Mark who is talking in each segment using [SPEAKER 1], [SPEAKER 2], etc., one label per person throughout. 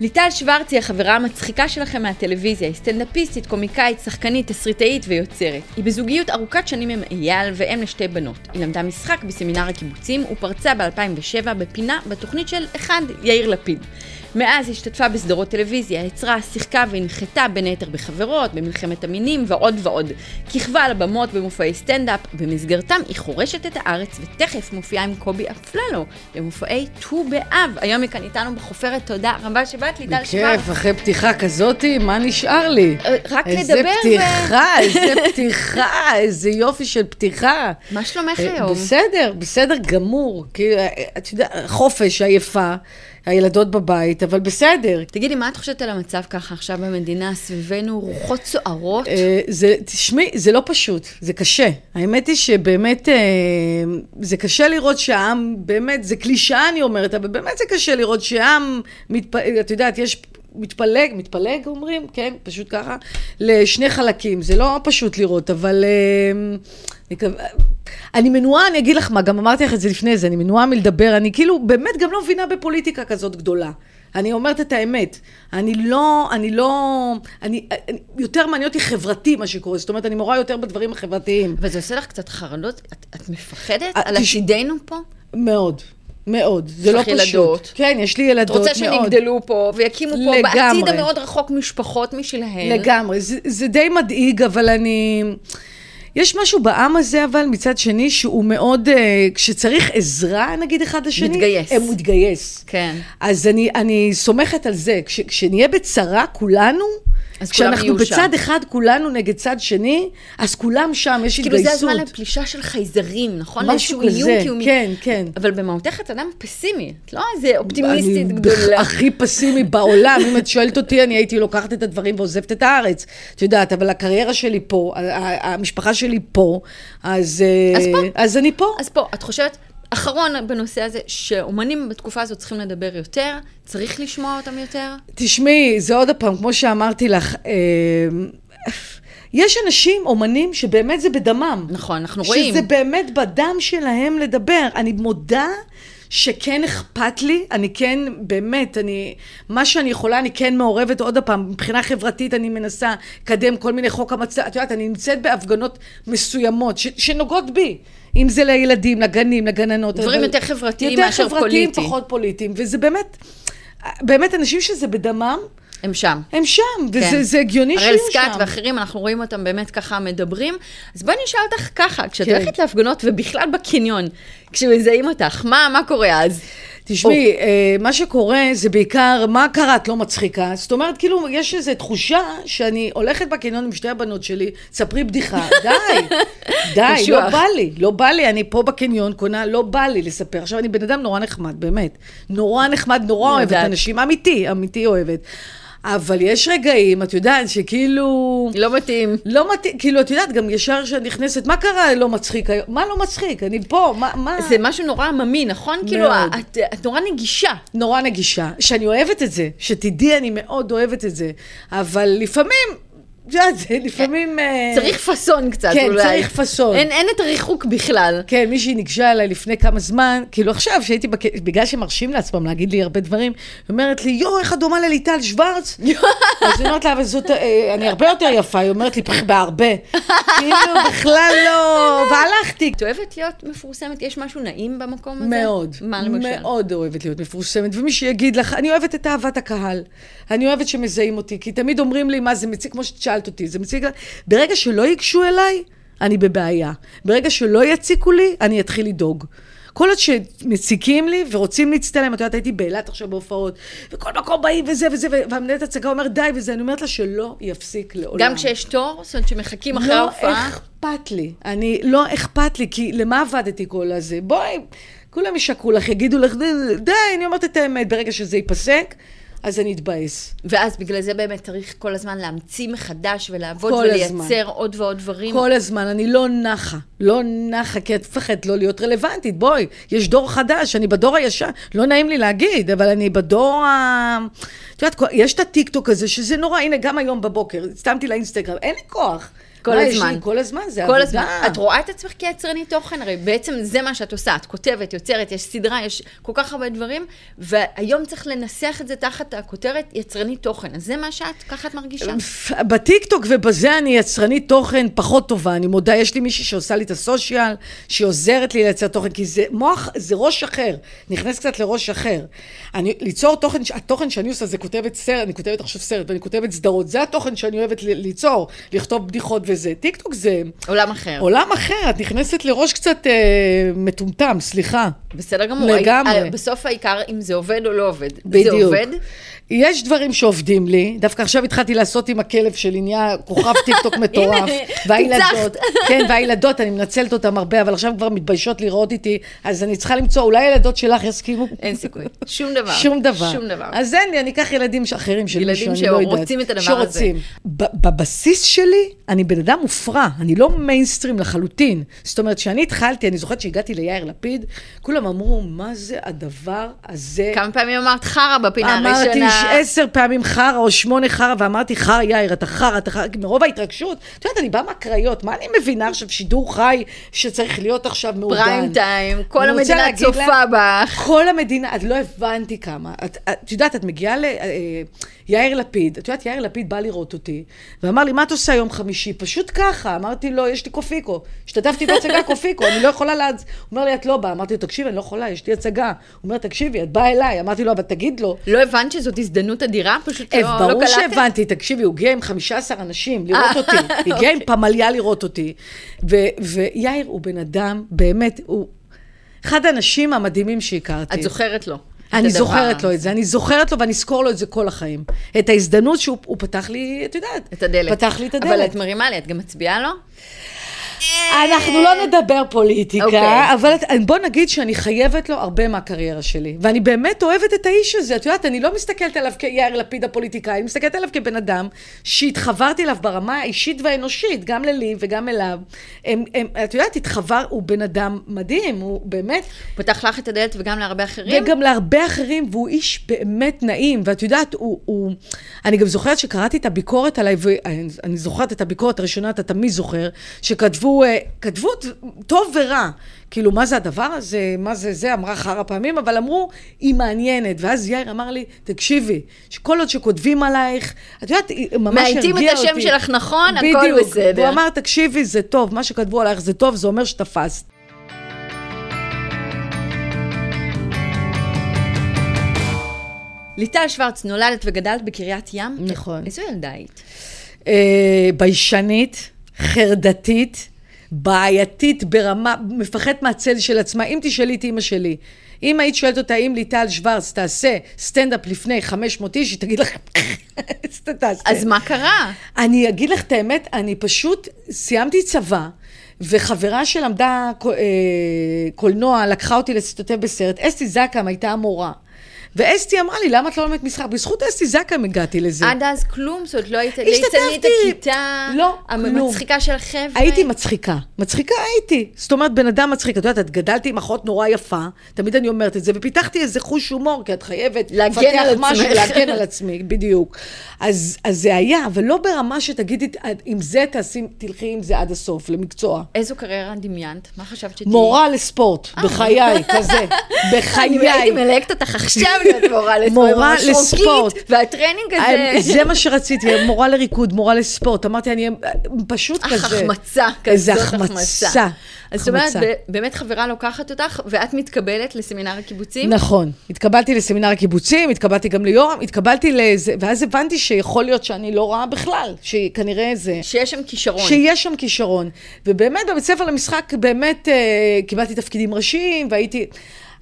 [SPEAKER 1] ליטל שוורץ היא החברה המצחיקה שלכם מהטלוויזיה, היא סטנדאפיסטית, קומיקאית, שחקנית, תסריטאית ויוצרת. היא בזוגיות ארוכת שנים עם אייל ואם לשתי בנות. היא למדה משחק בסמינר הקיבוצים ופרצה ב-2007 בפינה בתוכנית של אחד יאיר לפיד. מאז השתתפה בסדרות טלוויזיה, יצרה, שיחקה והנחתה בין היתר בחברות, במלחמת המינים ועוד ועוד. כיכבה על הבמות במופעי סטנדאפ, במסגרתם היא חורשת את הארץ ותכף מופיעה עם קובי אפללו במופעי ט"ו באב. היום היא כאן איתנו בחופרת, תודה רבה שבאת, ליטל שוורץ.
[SPEAKER 2] בכיף, אחרי פתיחה כזאתי, מה נשאר לי?
[SPEAKER 1] אה, רק
[SPEAKER 2] איזה
[SPEAKER 1] לדבר ו...
[SPEAKER 2] פתיחה, איזה פתיחה, איזה יופי של פתיחה.
[SPEAKER 1] מה שלומך
[SPEAKER 2] אה,
[SPEAKER 1] היום?
[SPEAKER 2] בסדר, בסדר גמור. כי, אה, את יודעת, חופש, עייפה, הילדות בבית, אבל בסדר.
[SPEAKER 1] תגידי, מה את חושבת על המצב ככה עכשיו במדינה, סביבנו רוחות סוערות?
[SPEAKER 2] אה, זה, תשמעי, זה לא פשוט, זה קשה. האמת היא שבאמת, אה, זה קשה לראות שהעם, באמת, זה קלישאה אני אומרת, אבל באמת זה קשה לראות שהעם, מתפ... את יודעת, יש... מתפלג, מתפלג אומרים, כן, פשוט ככה, לשני חלקים. זה לא פשוט לראות, אבל... אה, נקו- אני מנועה, אני אגיד לך מה, גם אמרתי לך את זה לפני זה, אני מנועה מלדבר, אני כאילו באמת גם לא מבינה בפוליטיקה כזאת גדולה. אני אומרת את האמת. אני לא, אני לא, אני, אני יותר מעניין אותי חברתי מה שקורה, זאת אומרת, אני מורה יותר בדברים החברתיים.
[SPEAKER 1] אבל זה עושה לך קצת חרדות? את, את מפחדת
[SPEAKER 2] אה,
[SPEAKER 1] על
[SPEAKER 2] תש-
[SPEAKER 1] עתידנו פה?
[SPEAKER 2] מאוד, מאוד. זה
[SPEAKER 1] יש
[SPEAKER 2] לא
[SPEAKER 1] לך
[SPEAKER 2] פשוט.
[SPEAKER 1] ילדות.
[SPEAKER 2] כן, יש לי
[SPEAKER 1] את
[SPEAKER 2] ילדות, מאוד.
[SPEAKER 1] רוצה שהם יגדלו פה ויקימו פה
[SPEAKER 2] לגמרי.
[SPEAKER 1] בעתיד המאוד רחוק משפחות משלהן?
[SPEAKER 2] לגמרי. זה, זה די מדאיג, אבל אני... יש משהו בעם הזה, אבל מצד שני, שהוא מאוד... אה, כשצריך עזרה, נגיד, אחד לשני...
[SPEAKER 1] מתגייס.
[SPEAKER 2] הם מתגייס.
[SPEAKER 1] כן.
[SPEAKER 2] אז אני, אני סומכת על זה. כש, כשנהיה בצרה, כולנו...
[SPEAKER 1] אז כולם
[SPEAKER 2] כשאנחנו
[SPEAKER 1] יהיו
[SPEAKER 2] בצד
[SPEAKER 1] שם.
[SPEAKER 2] אחד, כולנו נגד צד שני, אז כולם שם, יש
[SPEAKER 1] כאילו
[SPEAKER 2] התגייסות.
[SPEAKER 1] זה הזמן לפלישה של חייזרים, נכון?
[SPEAKER 2] משהו
[SPEAKER 1] לאיזשהו איום
[SPEAKER 2] כזה,
[SPEAKER 1] קיומי.
[SPEAKER 2] כן, כן.
[SPEAKER 1] אבל במהותך את אדם פסימי, את לא איזה אופטימיסטית
[SPEAKER 2] אני
[SPEAKER 1] גדולה.
[SPEAKER 2] הכי פסימי בעולם. אם את שואלת אותי, אני הייתי לוקחת את הדברים ועוזבת את הארץ. את יודעת, אבל הקריירה שלי פה, ה- ה- המשפחה שלי פה, אז...
[SPEAKER 1] אז
[SPEAKER 2] אה,
[SPEAKER 1] פה.
[SPEAKER 2] אז אני פה.
[SPEAKER 1] אז פה, את חושבת, אחרון בנושא הזה, שאומנים בתקופה הזאת צריכים לדבר יותר, צריך לשמוע אותם יותר?
[SPEAKER 2] תשמעי, זה עוד פעם, כמו שאמרתי לך, אה, יש אנשים, אומנים, שבאמת זה בדמם.
[SPEAKER 1] נכון, אנחנו רואים.
[SPEAKER 2] שזה באמת בדם שלהם לדבר. אני מודה שכן אכפת לי, אני כן, באמת, אני, מה שאני יכולה, אני כן מעורבת, עוד פעם, מבחינה חברתית אני מנסה לקדם כל מיני חוק המצב, את יודעת, אני נמצאת בהפגנות מסוימות, ש, שנוגעות בי. אם זה לילדים, לגנים, לגננות.
[SPEAKER 1] דברים
[SPEAKER 2] אבל-
[SPEAKER 1] יותר חברתיים
[SPEAKER 2] יותר
[SPEAKER 1] מאשר
[SPEAKER 2] חברתיים,
[SPEAKER 1] פוליטי.
[SPEAKER 2] פחות פוליטיים, וזה באמת, באמת אנשים שזה בדמם,
[SPEAKER 1] הם שם.
[SPEAKER 2] הם שם, וזה
[SPEAKER 1] כן.
[SPEAKER 2] זה הגיוני שיהיו
[SPEAKER 1] הראל
[SPEAKER 2] שם.
[SPEAKER 1] סקאט ואחרים, אנחנו רואים אותם באמת ככה מדברים. אז בואי נשאל אותך ככה, כשאת
[SPEAKER 2] כן.
[SPEAKER 1] הולכת להפגנות ובכלל בקניון, כשמזהים אותך, מה מה קורה אז?
[SPEAKER 2] תשמעי, אה, מה שקורה זה בעיקר, מה קרה, את לא מצחיקה? זאת אומרת, כאילו, יש איזו תחושה שאני הולכת בקניון עם שתי הבנות שלי, ספרי בדיחה, די, די,
[SPEAKER 1] קשוח.
[SPEAKER 2] לא בא לי, לא בא לי, אני פה בקניון קונה, לא בא לי לספר. עכשיו, אני בן אדם נורא נחמד, באמת. נורא נחמד, נורא
[SPEAKER 1] אני
[SPEAKER 2] אוהבת
[SPEAKER 1] יודעת.
[SPEAKER 2] אנשים, אמיתי, אמיתי אוהבת. אבל יש רגעים, את יודעת, שכאילו...
[SPEAKER 1] לא מתאים.
[SPEAKER 2] לא מתאים, כאילו, את יודעת, גם ישר כשאת נכנסת, מה קרה לא מצחיק היום? מה לא מצחיק? אני פה, מה, מה...
[SPEAKER 1] זה משהו נורא עממי, נכון? כאילו,
[SPEAKER 2] מאוד.
[SPEAKER 1] את, את נורא נגישה.
[SPEAKER 2] נורא נגישה, שאני אוהבת את זה, שתדעי, אני מאוד אוהבת את זה, אבל לפעמים, את יודעת, זה לפעמים... אה,
[SPEAKER 1] צריך פאסון קצת
[SPEAKER 2] כן,
[SPEAKER 1] אולי.
[SPEAKER 2] צריך פאסון.
[SPEAKER 1] אין, אין את הריחוק בכלל.
[SPEAKER 2] כן, מישהי ניגשה אליי לפני כמה זמן, כאילו עכשיו, שהייתי, בק... בגלל שמרשים לעצמם להגיד לי הרבה דברים, היא אומרת לי, יואו, איך את דומה לליטל שוורץ? אז היא אומרת לה, אבל זאת, אה, אני הרבה יותר יפה, היא אומרת לי, "פח, בהרבה. כאילו, בכלל לא... והלכתי.
[SPEAKER 1] אה. את אוהבת להיות מפורסמת? יש משהו נעים במקום הזה?
[SPEAKER 2] מאוד.
[SPEAKER 1] מה למשל?
[SPEAKER 2] מאוד אוהבת להיות מפורסמת, ומי שיגיד לך, אני אוהבת את אהבת הקהל. אני אוהבת שמזהים אותי, כי תמיד אומרים לי, מה זה מציג, כמו שאת שאלת אותי, זה מציג... ברגע שלא ייגשו אליי, אני בבעיה. ברגע שלא יציקו לי, אני אתחיל לדאוג. כל עוד שמציקים לי ורוצים להצטלם, את יודעת, הייתי באילת עכשיו בהופעות, וכל מקום באים וזה וזה, והמנהלת הצגה אומרת די וזה, אני אומרת לה שלא יפסיק לעולם.
[SPEAKER 1] גם כשיש תור, זאת אומרת שמחכים אחרי ההופעה?
[SPEAKER 2] לא אכפת לי. אני, לא אכפת לי, כי למה עבדתי כל הזה? בואי, כולם ישקרו לך, יגידו לך, די, די, אני אומרת את האמת, ברגע שזה ייפסק, אז אני אתבאס.
[SPEAKER 1] ואז בגלל זה באמת צריך כל הזמן להמציא מחדש ולעבוד
[SPEAKER 2] כל הזמן.
[SPEAKER 1] ולייצר עוד ועוד דברים.
[SPEAKER 2] כל הזמן, אני לא נחה. לא נחה, כי את מפחדת לא להיות רלוונטית. בואי, יש דור חדש, אני בדור הישן. לא נעים לי להגיד, אבל אני בדור ה... את יודעת, כל- יש את הטיקטוק הזה, שזה נורא, הנה, גם היום בבוקר, הצטמתי לאינסטגרם, אין לי כוח.
[SPEAKER 1] כל
[SPEAKER 2] מה, לא, יש
[SPEAKER 1] הזמן.
[SPEAKER 2] לי כל הזמן, זה
[SPEAKER 1] כל
[SPEAKER 2] עבודה.
[SPEAKER 1] הזמן. את רואה את עצמך כיצרנית תוכן? הרי בעצם זה מה שאת עושה. את כותבת, יוצרת, יש סדרה, יש כל כך הרבה דברים, והיום צריך לנסח את זה תחת הכותרת יצרנית תוכן. אז זה מה שאת, ככה את מרגישה.
[SPEAKER 2] בטיקטוק ובזה אני יצרנית תוכן פחות טובה, אני מודה, יש לי מישהי שעושה לי את הסושיאל, שהיא עוזרת לי לייצר תוכן, כי זה מוח, זה ראש אחר, נכנס קצת לראש אחר. אני, ליצור תוכן, התוכן שאני עושה זה כותבת סרט, אני כותבת עכשיו סרט ואני כותבת סדרות, זה התוכן שאני אוהבת ל- ליצור, לכתוב בדיחות וזה. טיקטוק זה
[SPEAKER 1] עולם אחר.
[SPEAKER 2] עולם אחר, את נכנסת לראש קצת אה, מטומטם, סליחה.
[SPEAKER 1] בסדר גמור.
[SPEAKER 2] לגמרי.
[SPEAKER 1] הי- בסוף העיקר אם זה עובד או לא עובד.
[SPEAKER 2] בדיוק.
[SPEAKER 1] זה עובד?
[SPEAKER 2] יש דברים שעובדים לי, דווקא עכשיו התחלתי לעשות עם הכלב שלי, נהיה כוכב טיקטוק מטורף. והילדות, כן, והילדות, אני מנצלת אותן הרבה, אבל עכשיו כבר מתביישות לראות איתי, אז אני צריכה למצוא, אולי הילדות שלך יסכימו?
[SPEAKER 1] אין סיכוי. שום דבר.
[SPEAKER 2] שום דבר.
[SPEAKER 1] שום דבר.
[SPEAKER 2] אז אין לי, אני אקח ילדים ש- אחרים של
[SPEAKER 1] ילדים
[SPEAKER 2] מישהו, אני לא יודעת.
[SPEAKER 1] שרוצים את הדבר הזה.
[SPEAKER 2] שרוצים. ב- בבסיס שלי, אני בן אדם מופרע, אני לא מיינסטרים לחלוטין. זאת אומרת, כשאני התחלתי, אני זוכרת שהגעתי ליאיר לפיד, כולם אמרו, מה זה הדבר הזה?
[SPEAKER 1] כמה פעמים אמרת חרא בפינה
[SPEAKER 2] אמרתי
[SPEAKER 1] הראשונה?
[SPEAKER 2] ש- עשר פעמים חרא או שמונה חרא, ואמרתי חרא, יאיר, אתה חרא, אתה חרא, כי מרוב ההתרגשות. את יודעת, אני באה מהקריות, מה אני מבינה עכשיו שידור חי שצריך להיות עכשיו מאורגן?
[SPEAKER 1] פריים טיים, כל
[SPEAKER 2] אני רוצה
[SPEAKER 1] המדינה
[SPEAKER 2] להגיד
[SPEAKER 1] צופה בך.
[SPEAKER 2] כל המדינה, את לא הבנתי כמה. את, את יודעת, את מגיעה ליאיר לפיד, את יודעת, יאיר לפיד בא לראות אותי, ואמר לי, מה את עושה יום חמישי? פשוט ככה. אמרתי לו, יש לי קופיקו. השתתפתי בהצגה קופיקו, אני לא יכולה להצ... הוא אומר לי, את לא באה. אמרתי לו, תקשיבי, אני לא יכולה, יש לי הצגה. הוא אומר, תקשיבי, את באה אליי. אמרתי לו, אבל תגיד לו.
[SPEAKER 1] לא הבנת שזאת הזדמנות אדירה? פשוט לא,
[SPEAKER 2] אה,
[SPEAKER 1] לא קלטת? אה.
[SPEAKER 2] ברור שהבנתי, תקשיבי, הוא הגיע עם 15 אנשים לראות אותי, הגיע עם
[SPEAKER 1] אוקיי.
[SPEAKER 2] פמליה לראות אותי. ו- ויאיר הוא בן אדם, באמת, הוא אחד האנשים המדהימים שהכרתי.
[SPEAKER 1] את זוכרת לו. את
[SPEAKER 2] אני
[SPEAKER 1] הדבר.
[SPEAKER 2] זוכרת לו את זה, אני זוכרת לו ואני אזכור לו את זה כל החיים. את ההזדמנות שהוא הוא פתח לי, את יודעת.
[SPEAKER 1] את הדלת.
[SPEAKER 2] פתח לי את
[SPEAKER 1] אבל
[SPEAKER 2] הדלת.
[SPEAKER 1] את מרימה לי, את גם מצביעה לו?
[SPEAKER 2] אנחנו לא נדבר פוליטיקה,
[SPEAKER 1] אוקיי.
[SPEAKER 2] אבל את- בוא נגיד שאני חייבת לו הרבה מהקריירה שלי. ואני באמת אוהבת את האיש הזה. את יודעת, אני לא מסתכלת עליו כיאיר לפיד הפוליטיקאי, אני מסתכלת עליו כבן אדם שהתחברתי אליו ברמה האישית והאנושית, גם ללי וגם אליו. הם, הם, את יודעת, התחבר, הוא בן אדם מדהים, הוא באמת...
[SPEAKER 1] פותח לך את הדלת וגם להרבה אחרים?
[SPEAKER 2] וגם להרבה אחרים, והוא איש באמת נעים, ואת יודעת, הוא... הוא... אני גם זוכרת שקראתי את הביקורת עליי, ואני אני זוכרת את הביקורת הראשונה, אתה תמיד זוכר, שכתבו אה, כתבו ט- טוב ורע. כאילו, מה זה הדבר הזה? מה זה זה? אמרה חרא פעמים, אבל אמרו, היא מעניינת. ואז יאיר אמר לי, תקשיבי, שכל עוד שכותבים עלייך, את יודעת, היא ממש הרגיעה אותי.
[SPEAKER 1] מאייתים את השם שלך נכון, הכל בסדר.
[SPEAKER 2] הוא אמר, תקשיבי, זה טוב, מה שכתבו עלייך זה טוב, זה אומר שתפסת.
[SPEAKER 1] ליטל שוורץ, נולדת וגדלת בקריית ים?
[SPEAKER 2] נכון.
[SPEAKER 1] איזו ילדה היית?
[SPEAKER 2] אה, ביישנית, חרדתית, בעייתית ברמה, מפחדת מהצל של עצמה. אם תשאלי את אימא שלי, אם היית שואלת אותה, אם ליטל שוורץ תעשה סטנדאפ לפני 500 איש, היא תגיד לך, סטטסטה.
[SPEAKER 1] אז מה קרה?
[SPEAKER 2] אני אגיד לך את האמת, אני פשוט סיימתי צבא, וחברה שלמדה ק- אה, קולנוע לקחה אותי להשתתף בסרט. אסתי זקם הייתה המורה. ואסתי אמרה לי, למה את לא לומדת משחק? בזכות אסתי זקם הגעתי לזה.
[SPEAKER 1] עד אז כלום, זאת לא היית
[SPEAKER 2] השתתפתי.
[SPEAKER 1] ליצנית הכיתה,
[SPEAKER 2] לא, כלום.
[SPEAKER 1] המצחיקה של החבר'ה.
[SPEAKER 2] הייתי מצחיקה. מצחיקה הייתי. זאת אומרת, בן אדם מצחיק. את יודעת, את גדלתי עם אחות נורא יפה, תמיד אני אומרת את זה, ופיתחתי איזה חוש הומור, כי את חייבת
[SPEAKER 1] להגן
[SPEAKER 2] לפתח
[SPEAKER 1] על
[SPEAKER 2] משהו,
[SPEAKER 1] עצמך.
[SPEAKER 2] להגן על עצמי, בדיוק. אז, אז זה היה, אבל לא ברמה שתגידי, עם זה תעשי, תלכי עם זה עד הסוף, למקצוע.
[SPEAKER 1] איזו קריירה דמיינת? מה חשבת שתהיי?
[SPEAKER 2] מורה לספורט,
[SPEAKER 1] אה.
[SPEAKER 2] בחיי, כזה,
[SPEAKER 1] אני הייתי
[SPEAKER 2] בחיי.
[SPEAKER 1] מלהקת אותך עכשיו להיות מורה לספורט.
[SPEAKER 2] מורה
[SPEAKER 1] ממש רוקית,
[SPEAKER 2] לספורט.
[SPEAKER 1] והטרנינג
[SPEAKER 2] אני-
[SPEAKER 1] הזה.
[SPEAKER 2] אה, זה מה שרציתי, מורה לריקוד, מורה לספורט. אמרתי, אני אהיה פשוט
[SPEAKER 1] אך
[SPEAKER 2] כזה.
[SPEAKER 1] החמצה,
[SPEAKER 2] איזה
[SPEAKER 1] כזאת
[SPEAKER 2] החמצה.
[SPEAKER 1] אז זאת אומרת,
[SPEAKER 2] החמצה.
[SPEAKER 1] ב- באמת חברה לוקחת אותך, ואת מתקבלת לסמינר הקיבוצים?
[SPEAKER 2] נכון. התקבלתי לסמינר הקיבוצים, התקבלתי גם ליורם, התקבלתי לזה, ואז הבנתי שיכול להיות שאני לא רעה בכלל, שכנראה זה...
[SPEAKER 1] שיש שם כישרון.
[SPEAKER 2] שיש שם כישרון. ובאמת, בבית ספר למשחק, באמת אה, קיבלתי תפקידים ראשיים, והייתי...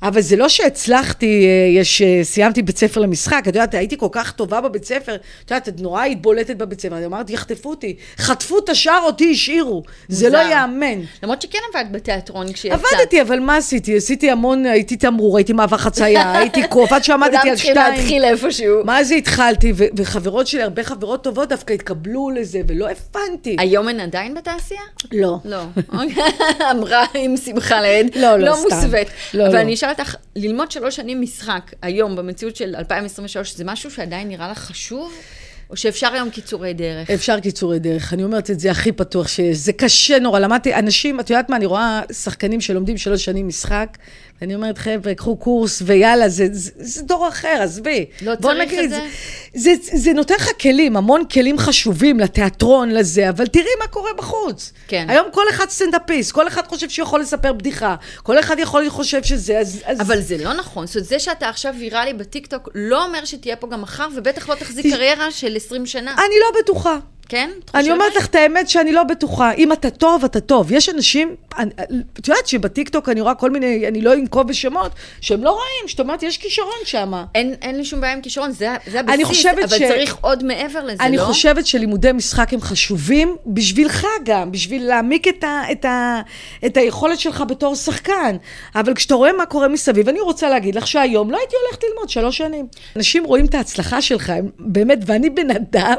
[SPEAKER 2] אבל זה לא שהצלחתי, אה, יש, אה, סיימתי בית ספר למשחק, את יודעת, הייתי כל כך טובה בבית ספר, את יודעת, את נורא התבולטת בבית ספר, אני אמרתי, יחטפו אותי, חטפו את השאר, אותי השאירו, זה לא
[SPEAKER 1] מוזר.
[SPEAKER 2] יאמן.
[SPEAKER 1] למרות שכן עבדת בתיאטרון כשיצאת.
[SPEAKER 2] עבדתי, אבל מה עשיתי? עשיתי המון, הייתי תמרור, הייתי מעבר חצייה, הייתי קוף, עד שעמדתי
[SPEAKER 1] כולם
[SPEAKER 2] על
[SPEAKER 1] צריכים
[SPEAKER 2] שתיים.
[SPEAKER 1] להתחיל איפשהו.
[SPEAKER 2] מה זה התחלתי, ו- וחברות שלי, הרבה חברות טובות דווקא התקבלו לזה, ולא הבנתי.
[SPEAKER 1] היום הן עדיין בתעשייה?
[SPEAKER 2] לא.
[SPEAKER 1] לא. אמרה עם שמחה לעד.
[SPEAKER 2] לא, לא,
[SPEAKER 1] לא
[SPEAKER 2] סתם.
[SPEAKER 1] מוסווית.
[SPEAKER 2] לא,
[SPEAKER 1] אבל
[SPEAKER 2] לא.
[SPEAKER 1] אני אשאל אותך, ללמוד שלוש שנים משחק היום, במציאות של 2023, זה משהו שעדיין נראה לך חשוב? או שאפשר היום קיצורי דרך?
[SPEAKER 2] אפשר קיצורי דרך, אני אומרת את זה הכי פתוח שיש. זה קשה נורא, למדתי, אנשים, את יודעת מה, אני רואה שחקנים שלומדים שלוש שנים משחק, ואני אומרת, חבר'ה, קחו קורס, ויאללה, זה, זה, זה דור אחר, עזבי.
[SPEAKER 1] לא
[SPEAKER 2] בוא
[SPEAKER 1] צריך
[SPEAKER 2] נגיד,
[SPEAKER 1] את זה?
[SPEAKER 2] זה, זה, זה נותן לך כלים, המון כלים חשובים לתיאטרון, לזה, אבל תראי מה קורה בחוץ.
[SPEAKER 1] כן.
[SPEAKER 2] היום כל אחד סטנדאפיסט, כל אחד חושב שהוא יכול לספר בדיחה, כל אחד יכול חושב שזה, אז... אז...
[SPEAKER 1] אבל זה לא נכון. זאת אומרת, זה שאתה עכשיו ויראלי בטיקטוק, לא אומר שתהיה פה גם מחר, ובטח לא תחזיק
[SPEAKER 2] ת-
[SPEAKER 1] קריירה של 20 שנה.
[SPEAKER 2] אני לא בטוחה.
[SPEAKER 1] כן? את
[SPEAKER 2] אני
[SPEAKER 1] חושבת?
[SPEAKER 2] אומרת לך את האמת שאני לא בטוחה. אם אתה טוב, אתה טוב. יש אנשים, אני- את יודעת שבטיקטוק אני רואה כל מיני, אני לא אנקוב בשמות, שהם לא רואים, זאת אומרת, יש כישרון שם.
[SPEAKER 1] אין, אין לי שום בעיה עם כישרון, זה, זה הבסיס,
[SPEAKER 2] אני חושבת
[SPEAKER 1] אבל
[SPEAKER 2] ש-
[SPEAKER 1] צריך עוד מעבר לזה,
[SPEAKER 2] אני
[SPEAKER 1] לא?
[SPEAKER 2] חושבת שלימודי משחק הם חשובים בשבילך גם, בשביל להעמיק את, ה, את, ה, את היכולת שלך בתור שחקן. אבל כשאתה רואה מה קורה מסביב, אני רוצה להגיד לך שהיום לא הייתי הולכת ללמוד שלוש שנים. אנשים רואים את ההצלחה שלך, הם, באמת, ואני בן אדם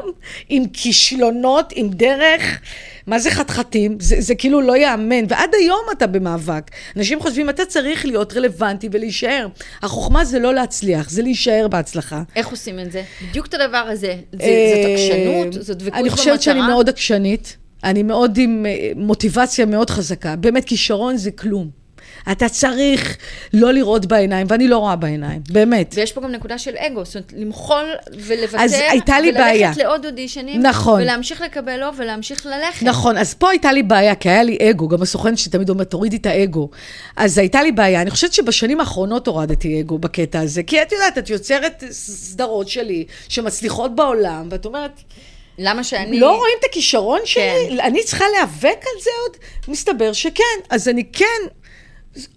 [SPEAKER 2] עם כישלונות, עם דרך. מה זה חתחתים? זה, זה כאילו לא ייאמן, ועד היום אתה במאבק. אנשים חושבים, אתה צריך להיות רלוונטי ולהישאר. החוכמה זה לא להצליח, זה להישאר בהצלחה.
[SPEAKER 1] איך עושים את זה? בדיוק את הדבר הזה. זה,
[SPEAKER 2] אה,
[SPEAKER 1] זאת עקשנות? זאת דבקות במטרה?
[SPEAKER 2] אני חושבת שאני מאוד עקשנית. אני מאוד עם אה, מוטיבציה מאוד חזקה. באמת, כישרון זה כלום. אתה צריך לא לראות בעיניים, ואני לא רואה בעיניים, באמת.
[SPEAKER 1] ויש פה גם נקודה של אגו, זאת אומרת, למחול ולוותר,
[SPEAKER 2] אז הייתה לי בעיה.
[SPEAKER 1] וללכת לעוד אודישנים,
[SPEAKER 2] נכון.
[SPEAKER 1] ולהמשיך לקבל לא, ולהמשיך ללכת.
[SPEAKER 2] נכון, אז פה הייתה לי בעיה, כי היה לי אגו, גם הסוכן שתמיד אומר, תורידי את האגו. אז הייתה לי בעיה. אני חושבת שבשנים האחרונות הורדתי אגו בקטע הזה, כי את יודעת, את יוצרת סדרות שלי שמצליחות בעולם, ואת אומרת,
[SPEAKER 1] למה שאני...
[SPEAKER 2] לא רואים את הכישרון שלי?
[SPEAKER 1] כן.
[SPEAKER 2] כן. אני צריכה להיאבק על זה עוד? מסתבר שכן. אז אני כן,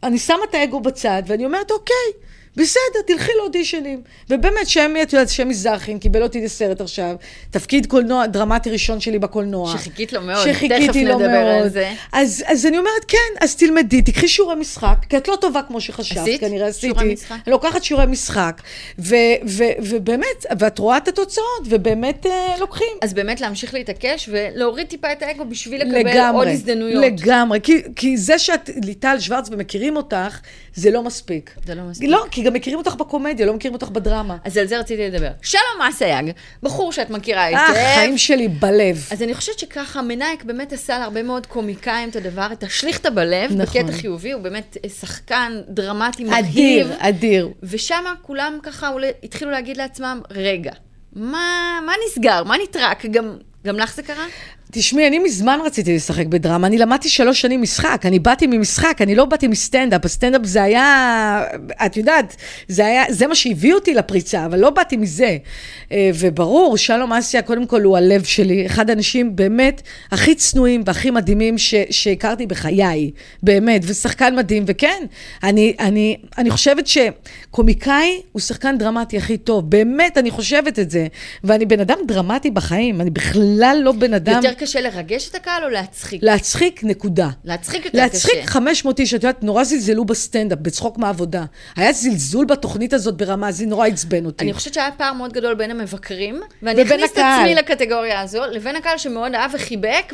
[SPEAKER 2] אני שמה את האגו בצד, ואני אומרת, אוקיי, בסדר, תלכי לאודישנים. ובאמת, שמי, את יודעת, שמי זכין קיבל אותי לסרט עכשיו, תפקיד קולנוע, דרמטי ראשון שלי בקולנוע.
[SPEAKER 1] שחיכית לו מאוד,
[SPEAKER 2] שחיכיתי
[SPEAKER 1] תכף
[SPEAKER 2] לו
[SPEAKER 1] נדבר על
[SPEAKER 2] מאוד.
[SPEAKER 1] זה.
[SPEAKER 2] אז, אז אני אומרת, כן, אז תלמדי, תקחי שיעורי משחק, כי את לא טובה כמו שחשבת,
[SPEAKER 1] עשית?
[SPEAKER 2] כנראה עשיתי.
[SPEAKER 1] שיעורי משחק?
[SPEAKER 2] אני לוקחת שיעורי משחק, ו, ו, ובאמת, ואת רואה את התוצאות, ובאמת אה, לוקחים.
[SPEAKER 1] אז באמת להמשיך להתעקש ולהוריד טיפה את האגו בשביל לקבל
[SPEAKER 2] לגמרי,
[SPEAKER 1] עוד הזדמנויות.
[SPEAKER 2] לגמרי, כי, כי זה שאת ליטל שוורץ ומכירים אותך, זה לא מספיק.
[SPEAKER 1] זה לא מספיק.
[SPEAKER 2] לא, כי גם מכירים אותך בקומדיה, לא מכירים אותך בדרמה.
[SPEAKER 1] אז על זה רציתי לדבר. שלום אסייג, בחור שאת מכירה היטב.
[SPEAKER 2] אה, החיים שלי בלב.
[SPEAKER 1] אז אני חושבת שככה מנאייק באמת עשה להרבה מאוד קומיקאים את הדבר, את השליכת בלב,
[SPEAKER 2] נכון.
[SPEAKER 1] בקטע חיובי, הוא באמת אה, שחקן דרמטי, מרהיב.
[SPEAKER 2] אדיר, אדיר.
[SPEAKER 1] ושם כולם ככה אולי, התחילו להגיד לעצמם, רגע, מה, מה נסגר? מה נטרק? גם, גם לך זה קרה?
[SPEAKER 2] תשמעי, אני מזמן רציתי לשחק בדרמה, אני למדתי שלוש שנים משחק, אני באתי ממשחק, אני לא באתי מסטנדאפ, הסטנדאפ זה היה, את יודעת, זה היה, זה מה שהביא אותי לפריצה, אבל לא באתי מזה. אה, וברור, שלום אסיה, קודם כל הוא הלב שלי, אחד האנשים באמת הכי צנועים והכי מדהימים ש, שהכרתי בחיי, באמת, ושחקן מדהים, וכן, אני, אני, אני חושבת שקומיקאי הוא שחקן דרמטי הכי טוב, באמת, אני חושבת את זה, ואני בן אדם דרמטי בחיים, אני בכלל לא בן אדם...
[SPEAKER 1] יותר קשה לרגש את הקהל או להצחיק?
[SPEAKER 2] להצחיק, נקודה.
[SPEAKER 1] להצחיק יותר
[SPEAKER 2] להצחיק
[SPEAKER 1] קשה.
[SPEAKER 2] 500 איש, את יודעת, נורא זלזלו בסטנדאפ, בצחוק מעבודה. היה זלזול בתוכנית הזאת ברמה, זה נורא עצבן אותי.
[SPEAKER 1] אני חושבת שהיה פער מאוד גדול בין המבקרים, ואני
[SPEAKER 2] ובין
[SPEAKER 1] אכניס את
[SPEAKER 2] הקהל.
[SPEAKER 1] עצמי לקטגוריה הזו, לבין הקהל שמאוד אהב וחיבק,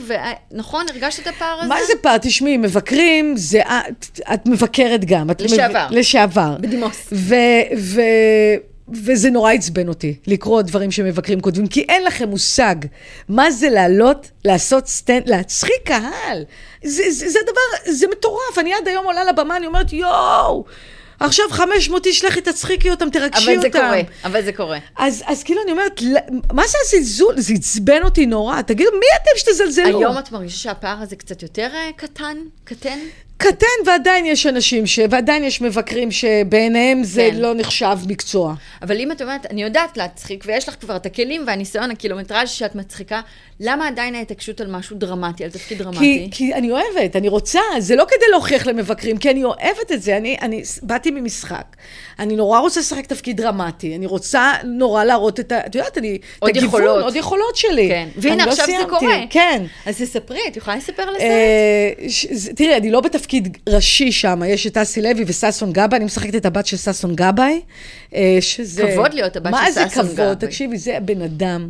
[SPEAKER 1] ונכון, הרגשת את הפער הזה?
[SPEAKER 2] מה זה פער? תשמעי, מבקרים, זה את, את מבקרת גם. את מב-
[SPEAKER 1] לשעבר.
[SPEAKER 2] לשעבר.
[SPEAKER 1] בדימוס.
[SPEAKER 2] ו... ו... וזה נורא עצבן אותי, לקרוא דברים שמבקרים כותבים, כי אין לכם מושג מה זה לעלות, לעשות סטנד, להצחיק קהל. זה, זה, זה דבר, זה מטורף. אני עד היום עולה לבמה, אני אומרת, יואו, עכשיו 500 איש, לכי תצחיקי אותם, תרגשי
[SPEAKER 1] אבל
[SPEAKER 2] אותם.
[SPEAKER 1] זה קורה, אבל זה קורה.
[SPEAKER 2] אז, אז כאילו אני אומרת, "ל- מה זה הזלזול? זה עצבן אותי נורא. תגידו, מי אתם שתזלזלו?
[SPEAKER 1] היום את מרגישה שהפער הזה קצת יותר אה, קטן? קטן?
[SPEAKER 2] קטן, ועדיין יש אנשים ש... ועדיין יש מבקרים שבעיניהם זה
[SPEAKER 1] כן.
[SPEAKER 2] לא נחשב מקצוע.
[SPEAKER 1] אבל אם את אומרת, אני יודעת להצחיק, ויש לך כבר את הכלים והניסיון, הקילומטראז' שאת מצחיקה, למה עדיין ההתעקשות על משהו דרמטי, על תפקיד
[SPEAKER 2] כי,
[SPEAKER 1] דרמטי?
[SPEAKER 2] כי אני אוהבת, אני רוצה, זה לא כדי להוכיח למבקרים, כי אני אוהבת את זה. אני, אני ס- באתי ממשחק, אני נורא רוצה לשחק תפקיד דרמטי, אני רוצה נורא להראות את ה... את יודעת, אני...
[SPEAKER 1] עוד
[SPEAKER 2] את הגיוון,
[SPEAKER 1] יכולות.
[SPEAKER 2] עוד יכולות שלי.
[SPEAKER 1] כן. והנה,
[SPEAKER 2] אני לא
[SPEAKER 1] עכשיו זה
[SPEAKER 2] סיימתי,
[SPEAKER 1] קורה.
[SPEAKER 2] כן.
[SPEAKER 1] אז תספרי, את יכולה לספר על הסרט?
[SPEAKER 2] אה, ש- זה- תראי, אני לא בתפקיד ראשי שם, יש את אסי לוי וששון גבאי, אני משחקת את הבת של ששון גבאי, אה, שזה...
[SPEAKER 1] כבוד להיות הבת של
[SPEAKER 2] מה
[SPEAKER 1] ששון
[SPEAKER 2] זה כבוד?
[SPEAKER 1] גבאי.
[SPEAKER 2] תקשיבי, זה הבן אדם.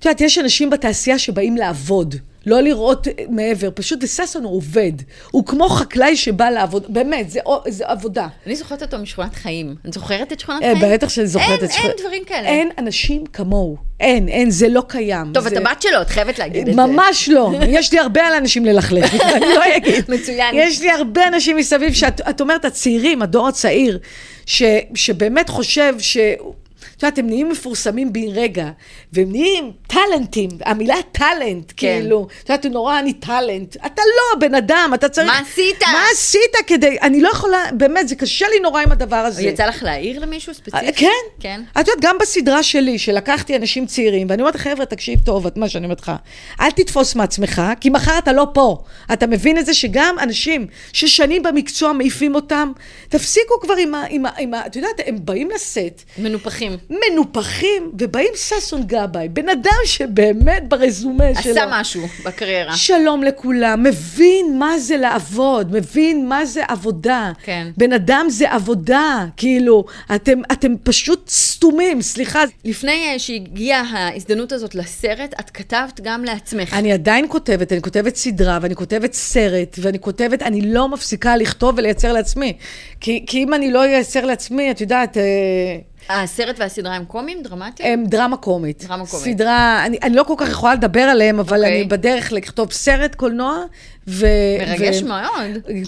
[SPEAKER 2] את יודעת, יש אנשים בתעשייה שבאים לעבוד, לא לראות אה, מעבר, פשוט, וששון הוא עובד. הוא כמו חקלאי שבא לעבוד, באמת, זה, או- זה עבודה.
[SPEAKER 1] אני זוכרת אותו משכונת חיים. את זוכרת את שכונת
[SPEAKER 2] אה,
[SPEAKER 1] חיים?
[SPEAKER 2] בטח שאני זוכרת
[SPEAKER 1] אין-
[SPEAKER 2] את שכו-
[SPEAKER 1] אין דברים כאלה.
[SPEAKER 2] אין אנשים כמוהו. אין, אין, זה לא קיים.
[SPEAKER 1] טוב,
[SPEAKER 2] זה-
[SPEAKER 1] את הבת שלו, את חייבת להגיד את זה.
[SPEAKER 2] ממש לא. יש לי הרבה על אנשים ללכלך, אני לא אגיד.
[SPEAKER 1] מצוין.
[SPEAKER 2] יש לי הרבה אנשים מסביב שאת את אומרת, הצעירים, הדור הצעיר, ש, שבאמת חושב ש... את יודעת, הם נהיים מפורסמים בן רגע, והם נהיים טאלנטים, המילה טאלנט,
[SPEAKER 1] כן.
[SPEAKER 2] כאילו, את יודעת, הוא נורא, אני טאלנט. אתה לא הבן אדם, אתה צריך...
[SPEAKER 1] מה עשית?
[SPEAKER 2] מה עשית כדי... אני לא יכולה, באמת, זה קשה לי נורא עם הדבר הזה.
[SPEAKER 1] יצא לך להעיר למישהו ספציפי?
[SPEAKER 2] כן.
[SPEAKER 1] כן.
[SPEAKER 2] את יודעת, גם בסדרה שלי, שלקחתי אנשים צעירים, ואני אומרת, חבר'ה, תקשיב טוב, את מה שאני אומרת לך, אל תתפוס מעצמך, כי מחר אתה לא פה. אתה מבין את זה שגם אנשים ששנים במקצוע מעיפים אותם, תפסיקו כבר עם ה... עם ה, עם ה את יודעת, הם באים לסט,
[SPEAKER 1] מנופחים.
[SPEAKER 2] מנופחים, ובאים ששון גבאי, בן אדם שבאמת ברזומה שלו.
[SPEAKER 1] עשה משהו בקריירה.
[SPEAKER 2] שלום לכולם, מבין מה זה לעבוד, מבין מה זה עבודה.
[SPEAKER 1] כן.
[SPEAKER 2] בן אדם זה עבודה, כאילו, אתם, אתם פשוט סתומים, סליחה.
[SPEAKER 1] לפני אה, שהגיעה ההזדמנות הזאת לסרט, את כתבת גם לעצמך.
[SPEAKER 2] אני עדיין כותבת, אני כותבת סדרה, ואני כותבת סרט, ואני כותבת, אני לא מפסיקה לכתוב ולייצר לעצמי. כי, כי אם אני לא אייצר לעצמי, את יודעת, אה,
[SPEAKER 1] הסרט והסדרה הם קומיים? דרמטיים?
[SPEAKER 2] הם דרמה קומית.
[SPEAKER 1] דרמה קומית.
[SPEAKER 2] סדרה, אני, אני לא כל כך יכולה לדבר עליהם, אבל okay.
[SPEAKER 1] אוקיי.
[SPEAKER 2] אני בדרך לכתוב סרט קולנוע, ו...
[SPEAKER 1] מרגש
[SPEAKER 2] ו...
[SPEAKER 1] מאוד.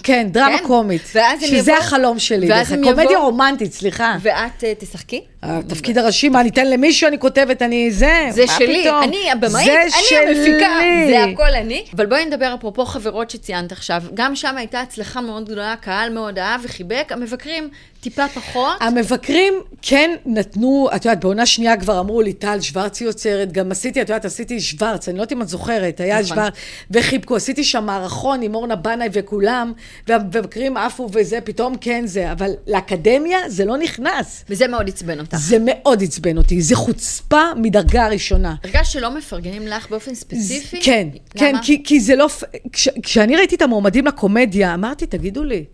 [SPEAKER 2] כן, דרמה
[SPEAKER 1] כן.
[SPEAKER 2] קומית.
[SPEAKER 1] ואז הם
[SPEAKER 2] שזה
[SPEAKER 1] יבואו-
[SPEAKER 2] החלום שלי.
[SPEAKER 1] ואז
[SPEAKER 2] דרך
[SPEAKER 1] הם
[SPEAKER 2] אגב. קומדיה
[SPEAKER 1] יבואו-
[SPEAKER 2] רומנטית, סליחה.
[SPEAKER 1] ואת אה, תשחקי?
[SPEAKER 2] התפקיד הראשי, מה, ניתן למישהו, אני כותבת, אני זה,
[SPEAKER 1] זה
[SPEAKER 2] אה, מה
[SPEAKER 1] שלי,
[SPEAKER 2] פתאום?
[SPEAKER 1] אני הבמאית,
[SPEAKER 2] זה
[SPEAKER 1] אני
[SPEAKER 2] שלי.
[SPEAKER 1] המפיקה, זה הכל אני. אבל בואי נדבר אפרופו חברות שציינת עכשיו. גם שם הייתה הצלחה מאוד גדולה, קהל מאוד אהב וחיבק, המבקרים טיפה פחות.
[SPEAKER 2] אה, המבקרים כן נתנו, את יודעת, בעונה שנייה כבר אמרו לי, טל שוורץ היא יוצרת, גם עשיתי, את יודעת, עשיתי שוורץ, אני לא יודעת אם את זוכרת, היה
[SPEAKER 1] נכון.
[SPEAKER 2] שוורץ, וחיבקו, עשיתי שם מערכון עם אורנה בנאי וכולם, והמבקרים עפו וזה, פתאום כן זה, אבל לאקדמיה זה לא נכנס.
[SPEAKER 1] וזה מאוד עצבן אותך.
[SPEAKER 2] זה מאוד עצבן אותי, זה חוצפה מדרגה ראשונה.
[SPEAKER 1] הרגשת שלא מפרגנים לך באופן ספציפי?
[SPEAKER 2] כן,
[SPEAKER 1] למה?
[SPEAKER 2] כן, כי, כי זה לא... פ- כש, כשאני ראיתי את המועמדים לקומדיה, אמרתי, תגידו לי,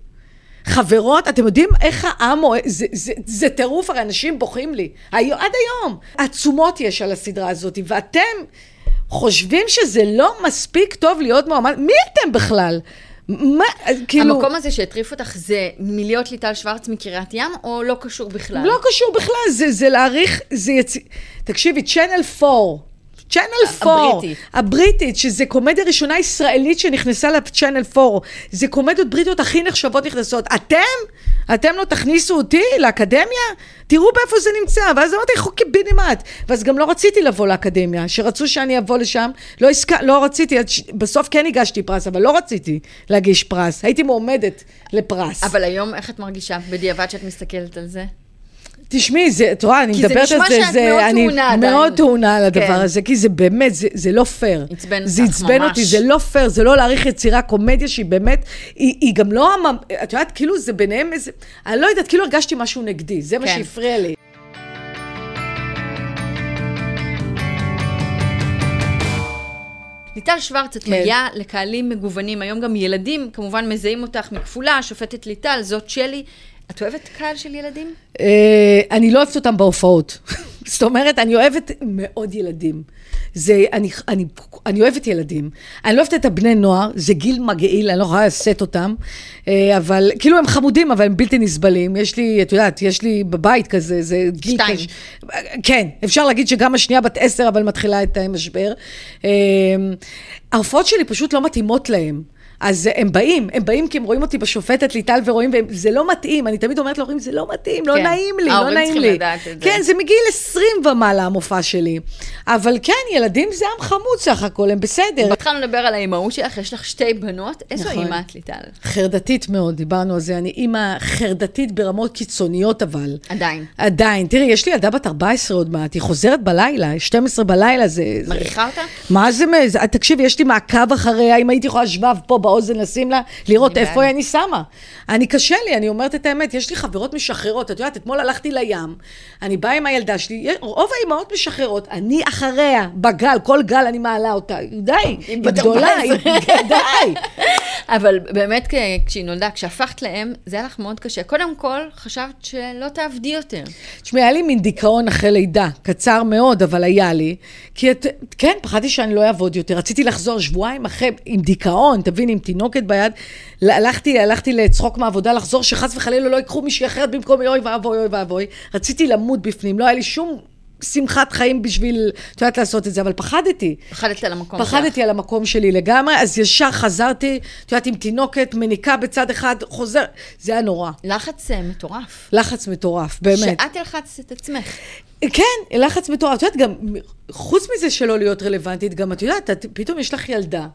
[SPEAKER 2] חברות, אתם יודעים איך העם... אוה- זה, זה, זה טירוף, הרי אנשים בוכים לי. היו, עד היום. עצומות יש על הסדרה הזאת, ואתם חושבים שזה לא מספיק טוב להיות מועמד? מי אתם בכלל? מה, כאילו...
[SPEAKER 1] המקום הזה שהטריף אותך זה מלהיות ליטל שוורץ מקריית ים, או לא קשור בכלל?
[SPEAKER 2] לא קשור בכלל, זה, זה להעריך, זה יצ... תקשיבי, Channel 4. צ'אנל 4,
[SPEAKER 1] הבריטית.
[SPEAKER 2] הבריטית, שזה קומדיה ראשונה ישראלית שנכנסה לצ'אנל 4. זה קומדיות בריטיות הכי נחשבות נכנסות. אתם? אתם לא תכניסו אותי לאקדמיה? תראו באיפה זה נמצא. ואז אמרתי, חוק קיבינימט. ואז גם לא רציתי לבוא לאקדמיה, שרצו שאני אבוא לשם. לא, הסק... לא רציתי, עד ש- בסוף כן הגשתי פרס, אבל לא רציתי להגיש פרס. הייתי מועמדת לפרס.
[SPEAKER 1] אבל היום, איך את מרגישה בדיעבד שאת מסתכלת על זה?
[SPEAKER 2] תשמעי, זה, את רואה, אני
[SPEAKER 1] כי זה
[SPEAKER 2] מדברת על
[SPEAKER 1] נשמע
[SPEAKER 2] זה,
[SPEAKER 1] שאת מאוד
[SPEAKER 2] אני
[SPEAKER 1] טעונה עדיין.
[SPEAKER 2] מאוד טעונה על הדבר
[SPEAKER 1] כן.
[SPEAKER 2] הזה, כי זה באמת, זה, זה לא פייר.
[SPEAKER 1] עצבן
[SPEAKER 2] זה
[SPEAKER 1] אותך
[SPEAKER 2] עצבן
[SPEAKER 1] ממש.
[SPEAKER 2] אותי, זה לא פייר, זה לא להעריך יצירה, קומדיה שהיא באמת, היא, היא גם לא, הממ- את יודעת, כאילו זה ביניהם איזה, אני לא יודעת, כאילו הרגשתי משהו נגדי, זה מה
[SPEAKER 1] כן.
[SPEAKER 2] שהפריע לי.
[SPEAKER 1] ליטל שוורץ, את
[SPEAKER 2] כן.
[SPEAKER 1] מגיעה לקהלים מגוונים, היום גם ילדים כמובן מזהים אותך מכפולה, השופטת ליטל, זאת שלי. את אוהבת קהל של ילדים?
[SPEAKER 2] אה, אני לא אוהבת אותם בהופעות. זאת אומרת, אני אוהבת מאוד ילדים. זה, אני, אני, אני אוהבת ילדים. אני לא אוהבת את הבני נוער, זה גיל מגעיל, אני לא יכולה לשאת אותם. אה, אבל, כאילו הם חמודים, אבל הם בלתי נסבלים. יש לי, את יודעת, יש לי בבית כזה, זה גיל
[SPEAKER 1] שתיים.
[SPEAKER 2] קש- כן, אפשר להגיד שגם השנייה בת עשר, אבל מתחילה את המשבר. אה, ההופעות שלי פשוט לא מתאימות להם. אז אה, הם באים, הם באים כי הם רואים אותי בשופטת ליטל ורואים, והם- זה לא מתאים, אני תמיד אומרת להורים, זה לא מתאים, לא
[SPEAKER 1] כן.
[SPEAKER 2] נעים לי, לא
[SPEAKER 1] ההורים
[SPEAKER 2] נעים
[SPEAKER 1] צריכים
[SPEAKER 2] לי.
[SPEAKER 1] לדעת את זה.
[SPEAKER 2] כן, זה מגיל 20 ומעלה המופע שלי. אבל כן, ילדים זה עם חמוד סך הכל, הם בסדר.
[SPEAKER 1] התחלנו לדבר על האימהות שלך, יש לך שתי בנות. איזו
[SPEAKER 2] כן. נכון.
[SPEAKER 1] אימא את ליטל?
[SPEAKER 2] חרדתית מאוד, דיברנו על זה. אני אימא חרדתית ברמות קיצוניות, אבל.
[SPEAKER 1] עדיין.
[SPEAKER 2] עדיין. תראי, יש לי ילדה בת 14 עוד מעט, היא חוזרת בלילה, 12 בלילה זה... זה-
[SPEAKER 1] מריחה אותה?
[SPEAKER 2] מה זה, מ- זה- תקשיבי, יש לי מעקב אחריה, אם הייתי יכולה שבב פה באוזן לשים לה, לראות
[SPEAKER 1] אני
[SPEAKER 2] איפה
[SPEAKER 1] בעד.
[SPEAKER 2] היא, אני שמה. אני, קשה לי, אני אומרת את האמת, יש לי חברות משחררות, את יודעת, אתמול הלכתי לים, אני באה עם הילדה שלי, יש- רוב האימהות משחררות, אני אחריה, בגל, כל גל אני מעלה אותה, די, היא
[SPEAKER 1] בת
[SPEAKER 2] גדולה,
[SPEAKER 1] 14.
[SPEAKER 2] היא- די.
[SPEAKER 1] אבל באמת, כ- כשהיא נולדה, כשהפכת לאם, זה היה לך מאוד קשה. קודם כל, חשבת שלא תעבדי יותר.
[SPEAKER 2] תשמעי, היה לי מין דיכאון אחרי לידה, קצר מאוד, אבל היה לי. כי את, כן, פחדתי שאני לא אעבוד יותר. רציתי לחזור שבועיים אחרי, עם דיכאון, תבין, עם תינוקת ביד. ל- הלכתי, הלכתי לצחוק מהעבודה, לחזור, שחס וחלילה לא ייקחו מישהי אחרת במקום אוי ואבוי, אוי ואבוי. רציתי למות בפנים, לא היה לי שום שמחת חיים בשביל, את יודעת, לעשות את זה, אבל פחדתי.
[SPEAKER 1] פחדת על המקום שלך.
[SPEAKER 2] פחדתי על המקום שלי לגמרי, אז ישר חזרתי, את יודעת, עם תינוקת, מניקה בצד אחד, חוזר, זה היה נורא.
[SPEAKER 1] לחץ אה, מטורף.
[SPEAKER 2] לחץ מטורף, באמת.
[SPEAKER 1] שאת תלחצת את עצמך.
[SPEAKER 2] כן, לחץ מטורף. את יודעת, גם חוץ מזה שלא להיות רלוונטית, גם את יודעת, את, פתאום יש לך ילדה.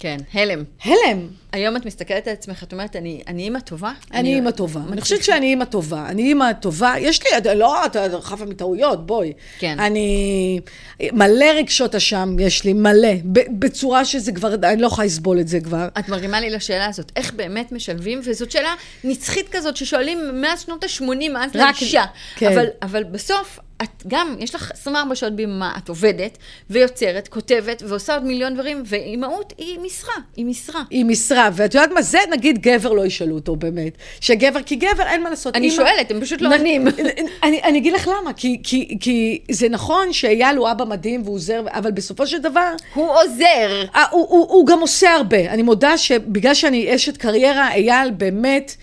[SPEAKER 1] כן, הלם.
[SPEAKER 2] הלם.
[SPEAKER 1] היום את מסתכלת על עצמך, את אומרת, אני אני אימא טובה?
[SPEAKER 2] אני אימא טובה. אני חושבת שאני אימא טובה. אני אימא טובה. יש לי, את- לא, את את חפה מטעויות, בואי.
[SPEAKER 1] כן.
[SPEAKER 2] אני... מלא רגשות אשם יש לי, מלא. ב- בצורה שזה כבר, אני לא יכולה לסבול את זה כבר.
[SPEAKER 1] את מרימה לי לשאלה הזאת, איך באמת משלבים? וזאת שאלה נצחית כזאת, ששואלים מאז שנות ה-80, אז
[SPEAKER 2] רק-
[SPEAKER 1] לאישה.
[SPEAKER 2] כן.
[SPEAKER 1] אבל, אבל בסוף, את גם, יש לך 24 שעות ביממה, את עובדת, ויוצרת, כותבת, ועושה עוד מיליון דברים, ואימהות היא משרה, היא משרה.
[SPEAKER 2] היא משרה, ואת יודעת מה? זה נגיד גבר לא ישאלו אותו באמת. שגבר, כי גבר אין מה לעשות.
[SPEAKER 1] אני
[SPEAKER 2] אימא-
[SPEAKER 1] שואלת, הם פשוט לא
[SPEAKER 2] נ-
[SPEAKER 1] עונים.
[SPEAKER 2] אני, אני אגיד לך למה, כי, כי, כי זה נכון שאייל הוא אבא מדהים והוא עוזר, אבל בסופו של דבר,
[SPEAKER 1] הוא עוזר.
[SPEAKER 2] אה, הוא, הוא, הוא גם עושה הרבה. אני מודה שבגלל שאני אשת קריירה, אייל באמת...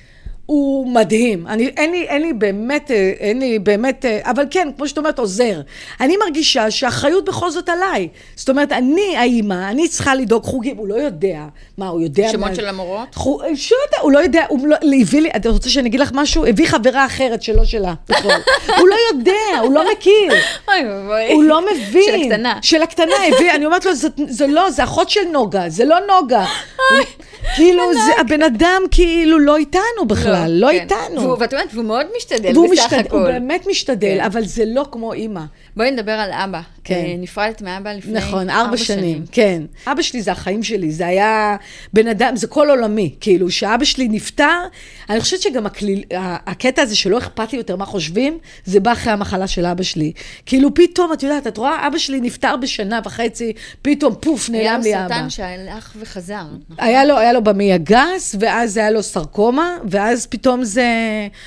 [SPEAKER 2] הוא מדהים, אני, אין, לי, אין לי באמת, אה, אין לי באמת, אה, אבל כן, כמו שאת אומרת, עוזר. אני מרגישה שהאחריות בכל זאת עליי. זאת אומרת, אני האימא, אני צריכה לדאוג חוגים, הוא לא יודע. מה, הוא יודע...
[SPEAKER 1] שמות
[SPEAKER 2] מה-
[SPEAKER 1] של המורות?
[SPEAKER 2] חו- שהוא יודע, הוא לא יודע, הוא לא, הביא לי, אתה רוצה שאני אגיד לך משהו? הביא חברה אחרת שלא שלה. בכלל. הוא לא יודע, הוא לא מכיר.
[SPEAKER 1] אוי ואבוי.
[SPEAKER 2] הוא לא מבין.
[SPEAKER 1] של הקטנה.
[SPEAKER 2] של הקטנה, הביא, אני אומרת לו, זה, זה לא, זה אחות של נוגה, זה לא נוגה. הוא- כאילו, זה, הבן אדם כאילו לא איתנו בכלל, לא,
[SPEAKER 1] כן.
[SPEAKER 2] איתנו.
[SPEAKER 1] והוא- ואת אומרת, והוא מאוד משתדל
[SPEAKER 2] והוא
[SPEAKER 1] בסך
[SPEAKER 2] משתדל, הוא
[SPEAKER 1] הכל.
[SPEAKER 2] באמת משתדל,
[SPEAKER 1] כן.
[SPEAKER 2] אבל זה לא כמו אימא.
[SPEAKER 1] בואי נדבר על אבא.
[SPEAKER 2] כן.
[SPEAKER 1] אה, נפרדת מאבא לפני
[SPEAKER 2] נכון, ארבע שנים, כן. אבא שלי זה החיים שלי, זה היה בן אדם, זה כל עולמי. כאילו, כשאבא שלי נפטר, אני חושבת שגם הכליל, ה- הקטע הזה שלא אכפת לי יותר מה חושבים, זה בא אחרי המחלה של אבא שלי. כאילו, פתאום, את יודעת, את רואה, אבא שלי נפטר בשנה וחצי, פתאום, פוף,
[SPEAKER 1] היה
[SPEAKER 2] נעלם
[SPEAKER 1] לו
[SPEAKER 2] לי אבא.
[SPEAKER 1] סרטן שהלך וחזר.
[SPEAKER 2] היה לו, היה לו במעי הגס, ואז היה לו סרקומה, ואז פתאום זה...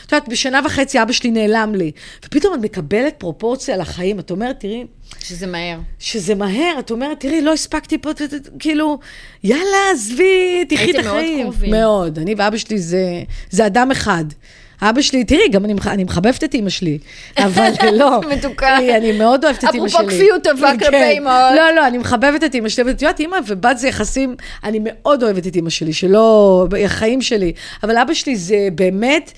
[SPEAKER 2] את יודעת, בשנה וחצי אבא שלי נעלם לי. ופתאום את מקבלת פרופורציה לחיים. את אומרת, תראי,
[SPEAKER 1] שזה מהר.
[SPEAKER 2] שזה מהר, את אומרת, תראי, לא הספקתי פה, ת- ת- ת- כאילו, יאללה, עזבי, תחי את
[SPEAKER 1] הייתם מאוד
[SPEAKER 2] החיים.
[SPEAKER 1] קרובים.
[SPEAKER 2] מאוד, אני ואבא שלי זה, זה אדם אחד. אבא שלי, תראי, גם אני, מח- אני מחבבת את אימא שלי, אבל לא.
[SPEAKER 1] מתוקה.
[SPEAKER 2] היא- אני מאוד אוהבת את אימא שלי.
[SPEAKER 1] אפרופו כפיות טובה
[SPEAKER 2] כן.
[SPEAKER 1] כלפי אימהות.
[SPEAKER 2] לא, לא, אני מחבבת את אימא שלי, ואת יודעת, אימא ובת זה יחסים, אני מאוד אוהבת את אימא שלי, שלא, החיים שלי. אבל אבא שלי זה באמת,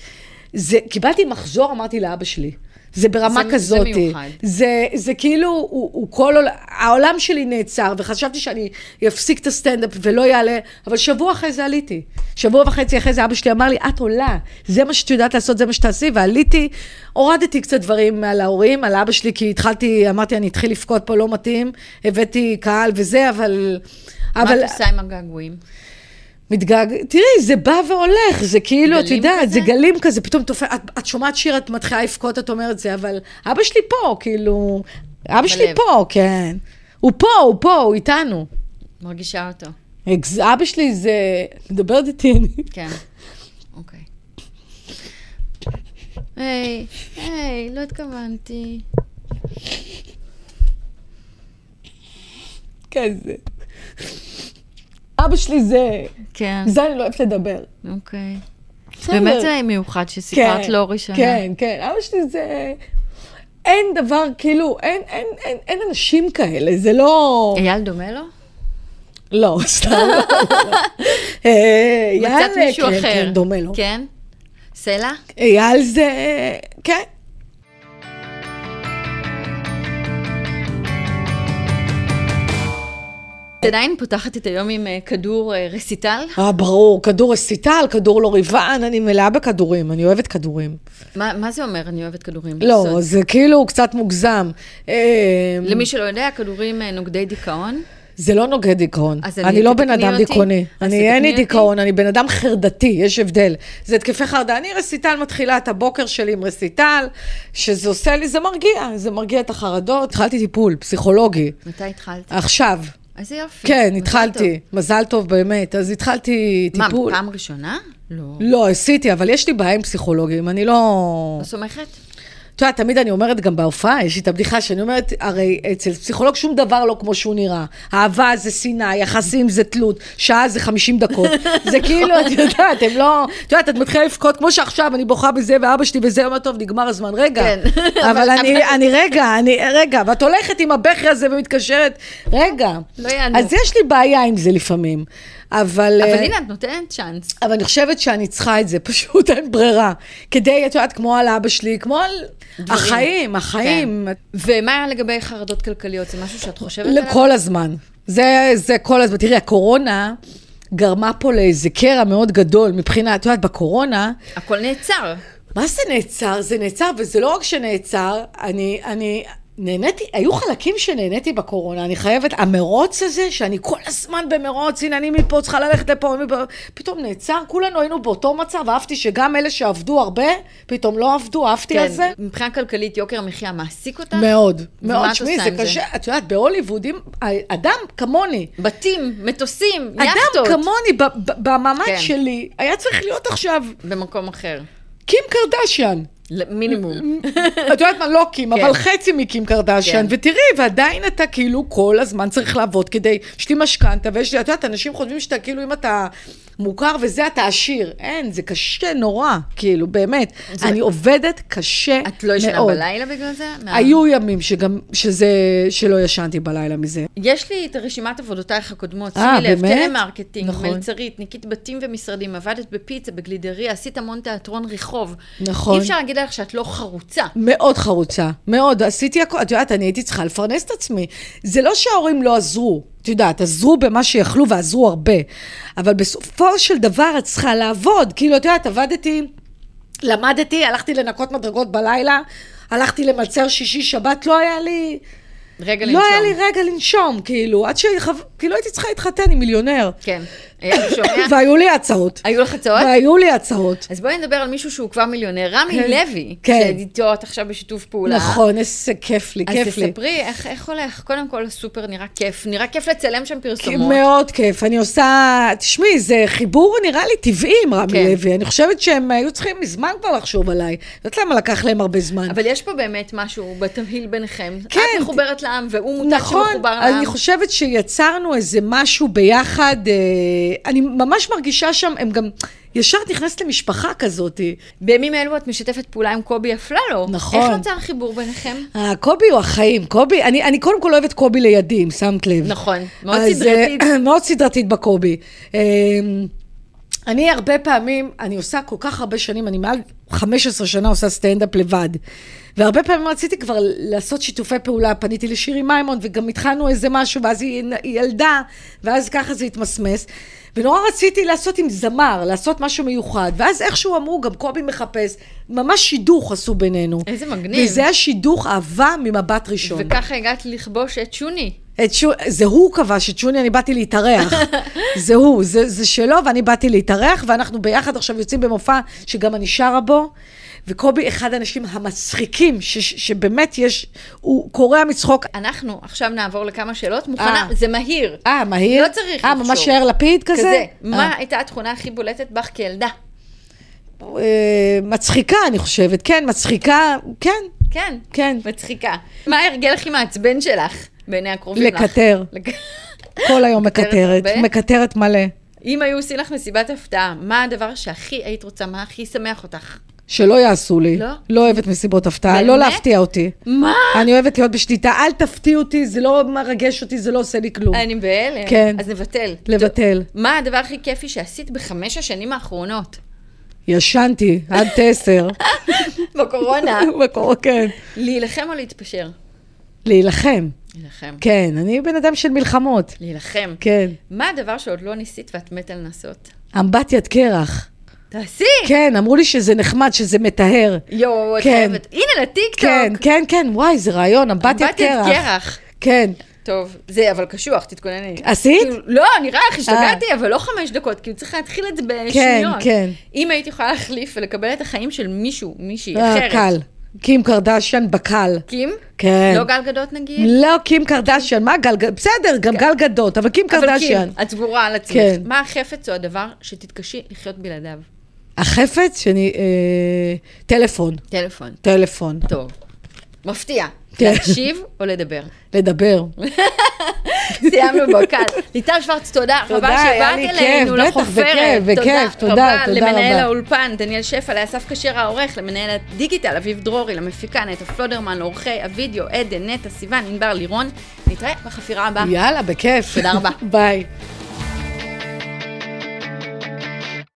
[SPEAKER 2] זה, קיבלתי מחזור, אמרתי לאבא שלי. זה ברמה
[SPEAKER 1] זה- זה
[SPEAKER 2] כזאת.
[SPEAKER 1] מיוחד.
[SPEAKER 2] זה, זה כאילו, הוא, הוא כל עול... העולם שלי נעצר, וחשבתי שאני אפסיק את הסטנדאפ ולא יעלה, אבל שבוע אחרי זה עליתי. שבוע וחצי אחרי זה אבא שלי אמר לי, את עולה, זה מה שאת יודעת לעשות, זה מה שתעשי, ועליתי, הורדתי קצת דברים על ההורים, על אבא שלי, כי התחלתי, אמרתי, אני אתחיל לבכות פה, לא מתאים, הבאתי קהל וזה, אבל...
[SPEAKER 1] מה
[SPEAKER 2] אבל
[SPEAKER 1] את עושה עם הגעגועים?
[SPEAKER 2] מתגעג... תראי, זה בא והולך, זה כאילו, את
[SPEAKER 1] גלים
[SPEAKER 2] יודעת,
[SPEAKER 1] כזה?
[SPEAKER 2] זה גלים כזה, פתאום תופ... את, את שומעת שיר, את מתחילה לבכות, את אומרת זה, אבל אבא שלי פה, כאילו, אבא שלי
[SPEAKER 1] בלב.
[SPEAKER 2] פה, כן. הוא פה, הוא פה, הוא איתנו.
[SPEAKER 1] מרגישה אותו.
[SPEAKER 2] אקז- אבא שלי זה... מדברת איתי, אני...
[SPEAKER 1] כן. אוקיי. היי, היי, לא התכוונתי.
[SPEAKER 2] כזה. אבא שלי זה...
[SPEAKER 1] כן,
[SPEAKER 2] זה אני לא אוהבת לדבר.
[SPEAKER 1] אוקיי.
[SPEAKER 2] בסדר.
[SPEAKER 1] באמת זה מיוחד שסיפרת לו ראשונה.
[SPEAKER 2] כן, כן. אבא שלי זה... אין דבר, כאילו, אין, אין, אין, אין אנשים כאלה, זה לא...
[SPEAKER 1] אייל דומה לו?
[SPEAKER 2] לא, סתם. אה, אייל,
[SPEAKER 1] מצאת מישהו
[SPEAKER 2] כן,
[SPEAKER 1] אחר.
[SPEAKER 2] כן, דומה לו.
[SPEAKER 1] כן? סלע?
[SPEAKER 2] אייל זה... כן.
[SPEAKER 1] את עדיין פותחת את היום עם אה, כדור אה, רסיטל?
[SPEAKER 2] אה, ברור, כדור אסיטל, כדור לא ריבן, אני מלאה בכדורים, אני אוהבת כדורים.
[SPEAKER 1] מה מה זה אומר, אני אוהבת כדורים?
[SPEAKER 2] לא,
[SPEAKER 1] בסוד.
[SPEAKER 2] זה כאילו קצת מוגזם. אה,
[SPEAKER 1] למי שלא יודע, כדורים אה, נוגדי דיכאון.
[SPEAKER 2] זה לא נוגד דיכאון.
[SPEAKER 1] אז אני-
[SPEAKER 2] אני לא בן
[SPEAKER 1] תתקני
[SPEAKER 2] אדם
[SPEAKER 1] אותי.
[SPEAKER 2] דיכאוני.
[SPEAKER 1] אז
[SPEAKER 2] אני אין
[SPEAKER 1] תתקני
[SPEAKER 2] לי
[SPEAKER 1] אותי.
[SPEAKER 2] דיכאון, אני בן אדם חרדתי, יש הבדל. זה התקפי חרדה. אני רסיטל מתחילה את הבוקר שלי עם רסיטל, שזה עושה לי, זה מרגיע, זה מרגיע את החרדות. התחלתי טיפול פסיכולוגי,
[SPEAKER 1] מתי התחלת?
[SPEAKER 2] עכשיו.
[SPEAKER 1] איזה יופי.
[SPEAKER 2] כן,
[SPEAKER 1] מזל
[SPEAKER 2] התחלתי.
[SPEAKER 1] טוב.
[SPEAKER 2] מזל טוב באמת. אז התחלתי
[SPEAKER 1] מה,
[SPEAKER 2] טיפול.
[SPEAKER 1] פעם ראשונה? לא.
[SPEAKER 2] לא, עשיתי, אבל יש לי בעיה עם פסיכולוגים, אני לא...
[SPEAKER 1] לא סומכת?
[SPEAKER 2] את יודעת, תמיד אני אומרת גם בהופעה, יש לי את הבדיחה שאני אומרת, הרי אצל פסיכולוג שום דבר לא כמו שהוא נראה. אהבה זה שנאה, יחסים זה תלות, שעה זה 50 דקות. זה כאילו, את יודעת, הם לא... את יודעת, את מתחילה לבכות, כמו שעכשיו, אני בוכה בזה, ואבא שלי בזה, אומר, טוב, נגמר הזמן, רגע.
[SPEAKER 1] כן.
[SPEAKER 2] אבל אני, אני, רגע, אני, רגע, ואת הולכת עם הבכי הזה ומתקשרת, רגע.
[SPEAKER 1] לא יענו.
[SPEAKER 2] אז יש לי בעיה עם זה לפעמים,
[SPEAKER 1] אבל
[SPEAKER 2] אבל... אה,
[SPEAKER 1] הנה, את נותנת צ'אנס.
[SPEAKER 2] אבל אני חושבת שאני צריכה את זה, פשוט אין ברירה. כדי, את יודעת, כמו על אבא שלי, כמו על החיים, החיים.
[SPEAKER 1] ומה לגבי חרדות כלכליות? זה משהו שאת חושבת עליו?
[SPEAKER 2] כל הזמן. זה, זה כל הזמן. תראי, הקורונה גרמה פה לאיזה קרע מאוד גדול מבחינה, את יודעת, בקורונה,
[SPEAKER 1] הכל נעצר.
[SPEAKER 2] מה זה נעצר? זה נעצר, וזה לא רק שנעצר, אני, אני נהניתי, היו חלקים שנהניתי בקורונה, אני חייבת, המרוץ הזה, שאני כל הזמן במרוץ, הנה אני מפה צריכה ללכת לפה, מפה, פתאום נעצר, כולנו היינו באותו מצב, אהבתי שגם אלה שעבדו הרבה, פתאום לא עבדו, אהבתי על זה.
[SPEAKER 1] כן. מבחינה כלכלית, יוקר המחיה מעסיק אותך?
[SPEAKER 2] מאוד,
[SPEAKER 1] ומה
[SPEAKER 2] מאוד,
[SPEAKER 1] את
[SPEAKER 2] שמי,
[SPEAKER 1] עושה
[SPEAKER 2] זה
[SPEAKER 1] עם זה?
[SPEAKER 2] קשה, את יודעת, בהוליווד, אם אדם כמוני,
[SPEAKER 1] בתים, מטוסים,
[SPEAKER 2] אדם
[SPEAKER 1] יאכטות.
[SPEAKER 2] כמוני, ב- ב- במעמד
[SPEAKER 1] כן.
[SPEAKER 2] שלי, היה צריך להיות עכשיו
[SPEAKER 1] במקום אחר.
[SPEAKER 2] קים קרדשיאן.
[SPEAKER 1] ל- מינימום.
[SPEAKER 2] את יודעת מה, לא קים,
[SPEAKER 1] כן.
[SPEAKER 2] אבל חצי מקים קרדשן,
[SPEAKER 1] כן.
[SPEAKER 2] ותראי, ועדיין אתה כאילו כל הזמן צריך לעבוד כדי, יש לי משכנתה, ויש לי, את יודעת, אנשים חושבים שאתה כאילו, אם אתה מוכר וזה, אתה עשיר. אין, זה קשה נורא, כאילו, באמת. אני עובדת קשה מאוד.
[SPEAKER 1] את לא ישנה בלילה בגלל זה? מה-
[SPEAKER 2] היו ימים שגם, שזה, שלא ישנתי בלילה מזה.
[SPEAKER 1] יש לי את רשימת עבודותייך הקודמות,
[SPEAKER 2] אה,
[SPEAKER 1] שימי לב,
[SPEAKER 2] באמת?
[SPEAKER 1] טלמרקטינג,
[SPEAKER 2] נכון.
[SPEAKER 1] מלצרית, ניקית בתים ומשרדים, עבדת בפיצה, בגלידריה, עשית המון תיאטרון רחוב.
[SPEAKER 2] נכון.
[SPEAKER 1] אי אפשר להגיד לך שאת לא חרוצה.
[SPEAKER 2] מאוד חרוצה, מאוד. עשיתי הכול, את יודעת, אני הייתי צריכה לפרנס את עצמי. זה לא שההורים לא עזרו, את יודעת, עזרו במה שיכלו ועזרו הרבה, אבל בסופו של דבר את צריכה לעבוד. כאילו, את יודעת, עבדתי, למדתי, הלכתי לנקות מדרגות בלילה, הלכתי למצר שישי, שבת, לא היה לי...
[SPEAKER 1] רגע
[SPEAKER 2] לא
[SPEAKER 1] לנשום.
[SPEAKER 2] היה לי רגע לנשום, כאילו, עד שחו... כאילו הייתי צריכה להתחתן עם מיליונר.
[SPEAKER 1] כן. היה לי שומע?
[SPEAKER 2] והיו לי הצעות.
[SPEAKER 1] היו לך הצעות?
[SPEAKER 2] והיו לי הצעות.
[SPEAKER 1] אז בואי נדבר על מישהו שהוא כבר מיליונר, רמי
[SPEAKER 2] כן.
[SPEAKER 1] לוי,
[SPEAKER 2] כן.
[SPEAKER 1] שאיתו את עכשיו בשיתוף פעולה.
[SPEAKER 2] נכון, איזה כיף לי,
[SPEAKER 1] אז
[SPEAKER 2] כיף לי.
[SPEAKER 1] תספרי איך, איך הולך, קודם כל הסופר נראה כיף, נראה כיף לצלם שם
[SPEAKER 2] כי
[SPEAKER 1] פרסומות.
[SPEAKER 2] מאוד כיף, אני עושה, תשמעי, זה חיבור נראה לי טבעי עם רמי
[SPEAKER 1] כן.
[SPEAKER 2] לוי, אני חושבת שהם היו צריכים מזמן כבר לחשוב עליי, אני יודעת למה לקח להם הרבה זמן.
[SPEAKER 1] אבל יש פה באמת משהו בתמהיל ביניכם.
[SPEAKER 2] כן.
[SPEAKER 1] את מחוברת לעם והוא מותג
[SPEAKER 2] נכון,
[SPEAKER 1] שמחובר לעם.
[SPEAKER 2] אני חושבת שיצרנו איזה משהו ביחד, אה, אני ממש מרגישה שם, הם גם, ישר את נכנסת למשפחה כזאת.
[SPEAKER 1] בימים אלו את משתפת פעולה עם קובי אפללו.
[SPEAKER 2] נכון.
[SPEAKER 1] איך נוצר החיבור ביניכם?
[SPEAKER 2] אה, קובי הוא החיים, קובי, אני, אני קודם כל אוהבת קובי לידי, אם שמת לב.
[SPEAKER 1] נכון, מאוד
[SPEAKER 2] אז,
[SPEAKER 1] סדרתית.
[SPEAKER 2] אה, מאוד סדרתית בקובי. אה, אני הרבה פעמים, אני עושה כל כך הרבה שנים, אני מעל 15 שנה עושה סטנדאפ לבד. והרבה פעמים רציתי כבר לעשות שיתופי פעולה, פניתי לשירי מימון, וגם התחלנו איזה משהו, ואז היא, היא ילדה, ואז ככה זה התמסמס. ונורא רציתי לעשות עם זמר, לעשות משהו מיוחד. ואז איכשהו אמרו, גם קובי מחפש, ממש שידוך עשו בינינו.
[SPEAKER 1] איזה מגניב.
[SPEAKER 2] וזה היה שידוך אהבה ממבט ראשון.
[SPEAKER 1] וככה הגעת לכבוש את שוני.
[SPEAKER 2] את שו... זה הוא כבש את שוני, אני באתי להתארח. זה הוא, זה, זה שלו, ואני באתי להתארח, ואנחנו ביחד עכשיו יוצאים במופע שגם אני שרה בו. וקובי, אחד האנשים המצחיקים, ש... ש- שבאמת יש, הוא קורע מצחוק.
[SPEAKER 1] אנחנו עכשיו נעבור לכמה שאלות. מוכנה?
[SPEAKER 2] אה.
[SPEAKER 1] זה מהיר.
[SPEAKER 2] אה, מהיר?
[SPEAKER 1] לא צריך
[SPEAKER 2] אה,
[SPEAKER 1] לחשוב.
[SPEAKER 2] ממש יאיר לפיד כזה?
[SPEAKER 1] כזה.
[SPEAKER 2] אה.
[SPEAKER 1] מה הייתה התכונה הכי בולטת בך כילדה?
[SPEAKER 2] אה, מצחיקה, אני חושבת. כן, מצחיקה, כן.
[SPEAKER 1] כן.
[SPEAKER 2] כן.
[SPEAKER 1] מצחיקה. מה ההרגל הכי מעצבן שלך בעיני הקרובים לך?
[SPEAKER 2] לקטר.
[SPEAKER 1] לק-
[SPEAKER 2] כל היום
[SPEAKER 1] מקטרת
[SPEAKER 2] מקטרת.
[SPEAKER 1] הרבה?
[SPEAKER 2] מקטרת מלא.
[SPEAKER 1] אם היו עושים לך מסיבת הפתעה, מה הדבר שהכי היית רוצה, מה הכי שמח אותך?
[SPEAKER 2] שלא יעשו לי.
[SPEAKER 1] לא?
[SPEAKER 2] לא אוהבת מסיבות הפתעה, לא
[SPEAKER 1] באמת?
[SPEAKER 2] להפתיע אותי.
[SPEAKER 3] מה?
[SPEAKER 2] אני אוהבת להיות בשליטה, אל תפתיע אותי, זה לא מרגש אותי, זה לא עושה לי כלום.
[SPEAKER 1] אני בהלם.
[SPEAKER 2] כן.
[SPEAKER 1] אז נבטל.
[SPEAKER 2] לבטל.
[SPEAKER 1] טוב, מה הדבר הכי כיפי שעשית בחמש השנים האחרונות?
[SPEAKER 2] ישנתי עד עשר.
[SPEAKER 1] בקורונה.
[SPEAKER 2] בקור- כן.
[SPEAKER 1] להילחם או להתפשר?
[SPEAKER 2] להילחם.
[SPEAKER 1] להילחם.
[SPEAKER 2] כן, אני בן אדם של מלחמות.
[SPEAKER 1] להילחם.
[SPEAKER 2] כן.
[SPEAKER 1] מה הדבר שעוד לא ניסית ואת מתה לנסות?
[SPEAKER 2] אמבטיית קרח.
[SPEAKER 1] תעשי!
[SPEAKER 2] כן, אמרו לי שזה נחמד, שזה מטהר.
[SPEAKER 1] יואו, את
[SPEAKER 2] כן.
[SPEAKER 1] חייבת. הנה, לטיקטוק.
[SPEAKER 2] כן, כן, כן, וואי, זה רעיון, אמבטיית
[SPEAKER 1] אמבטיית
[SPEAKER 2] קרח.
[SPEAKER 1] קרח.
[SPEAKER 2] כן.
[SPEAKER 1] טוב, זה אבל קשוח, תתכונני.
[SPEAKER 2] עשית? אה.
[SPEAKER 1] כאילו, לא, נראה לך, השתגעתי, אבל לא חמש דקות, כי הוא צריך להתחיל את זה בשניות.
[SPEAKER 2] כן.
[SPEAKER 1] אם הייתי יכולה להחליף ולקבל את החיים של מישהו, מישהי
[SPEAKER 2] אה,
[SPEAKER 1] אחרת.
[SPEAKER 2] קל. קים קרדשן בקל.
[SPEAKER 1] קים?
[SPEAKER 2] כן.
[SPEAKER 1] לא גל גדות נגיד?
[SPEAKER 2] לא קים קרדשן, מה גל... גד- בסדר, גם גל גדות, כן. אבל קים
[SPEAKER 1] אבל
[SPEAKER 2] קרדשן.
[SPEAKER 1] קים, את סגורה על עצמך.
[SPEAKER 2] כן.
[SPEAKER 1] מה החפץ או הדבר שתתקשי לחיות בלעדיו?
[SPEAKER 2] החפץ שאני... אה, טלפון.
[SPEAKER 1] טלפון.
[SPEAKER 2] טלפון.
[SPEAKER 1] טוב. מפתיע.
[SPEAKER 2] כן.
[SPEAKER 1] להקשיב או לדבר.
[SPEAKER 2] לדבר.
[SPEAKER 1] סיימנו בו כאן. ליטל שוורץ, תודה רבה
[SPEAKER 2] תודה, היה
[SPEAKER 1] שבאת
[SPEAKER 2] לי
[SPEAKER 1] אלינו
[SPEAKER 2] כיף, בטח,
[SPEAKER 1] לחופרת.
[SPEAKER 2] בכיף, בכיף, תודה, תודה
[SPEAKER 1] למנהל
[SPEAKER 2] רבה.
[SPEAKER 1] האולפן, דניאל שפע, לאסף כשר העורך, למנהל הדיגיטל, אביב דרורי, למפיקה, נטע פלודרמן, לעורכי הוידאו, עדן, נטע, סיוון, ענבר, לירון. נתראה בחפירה הבאה.
[SPEAKER 2] יאללה, בכיף.
[SPEAKER 1] אה. תודה רבה.
[SPEAKER 2] ביי.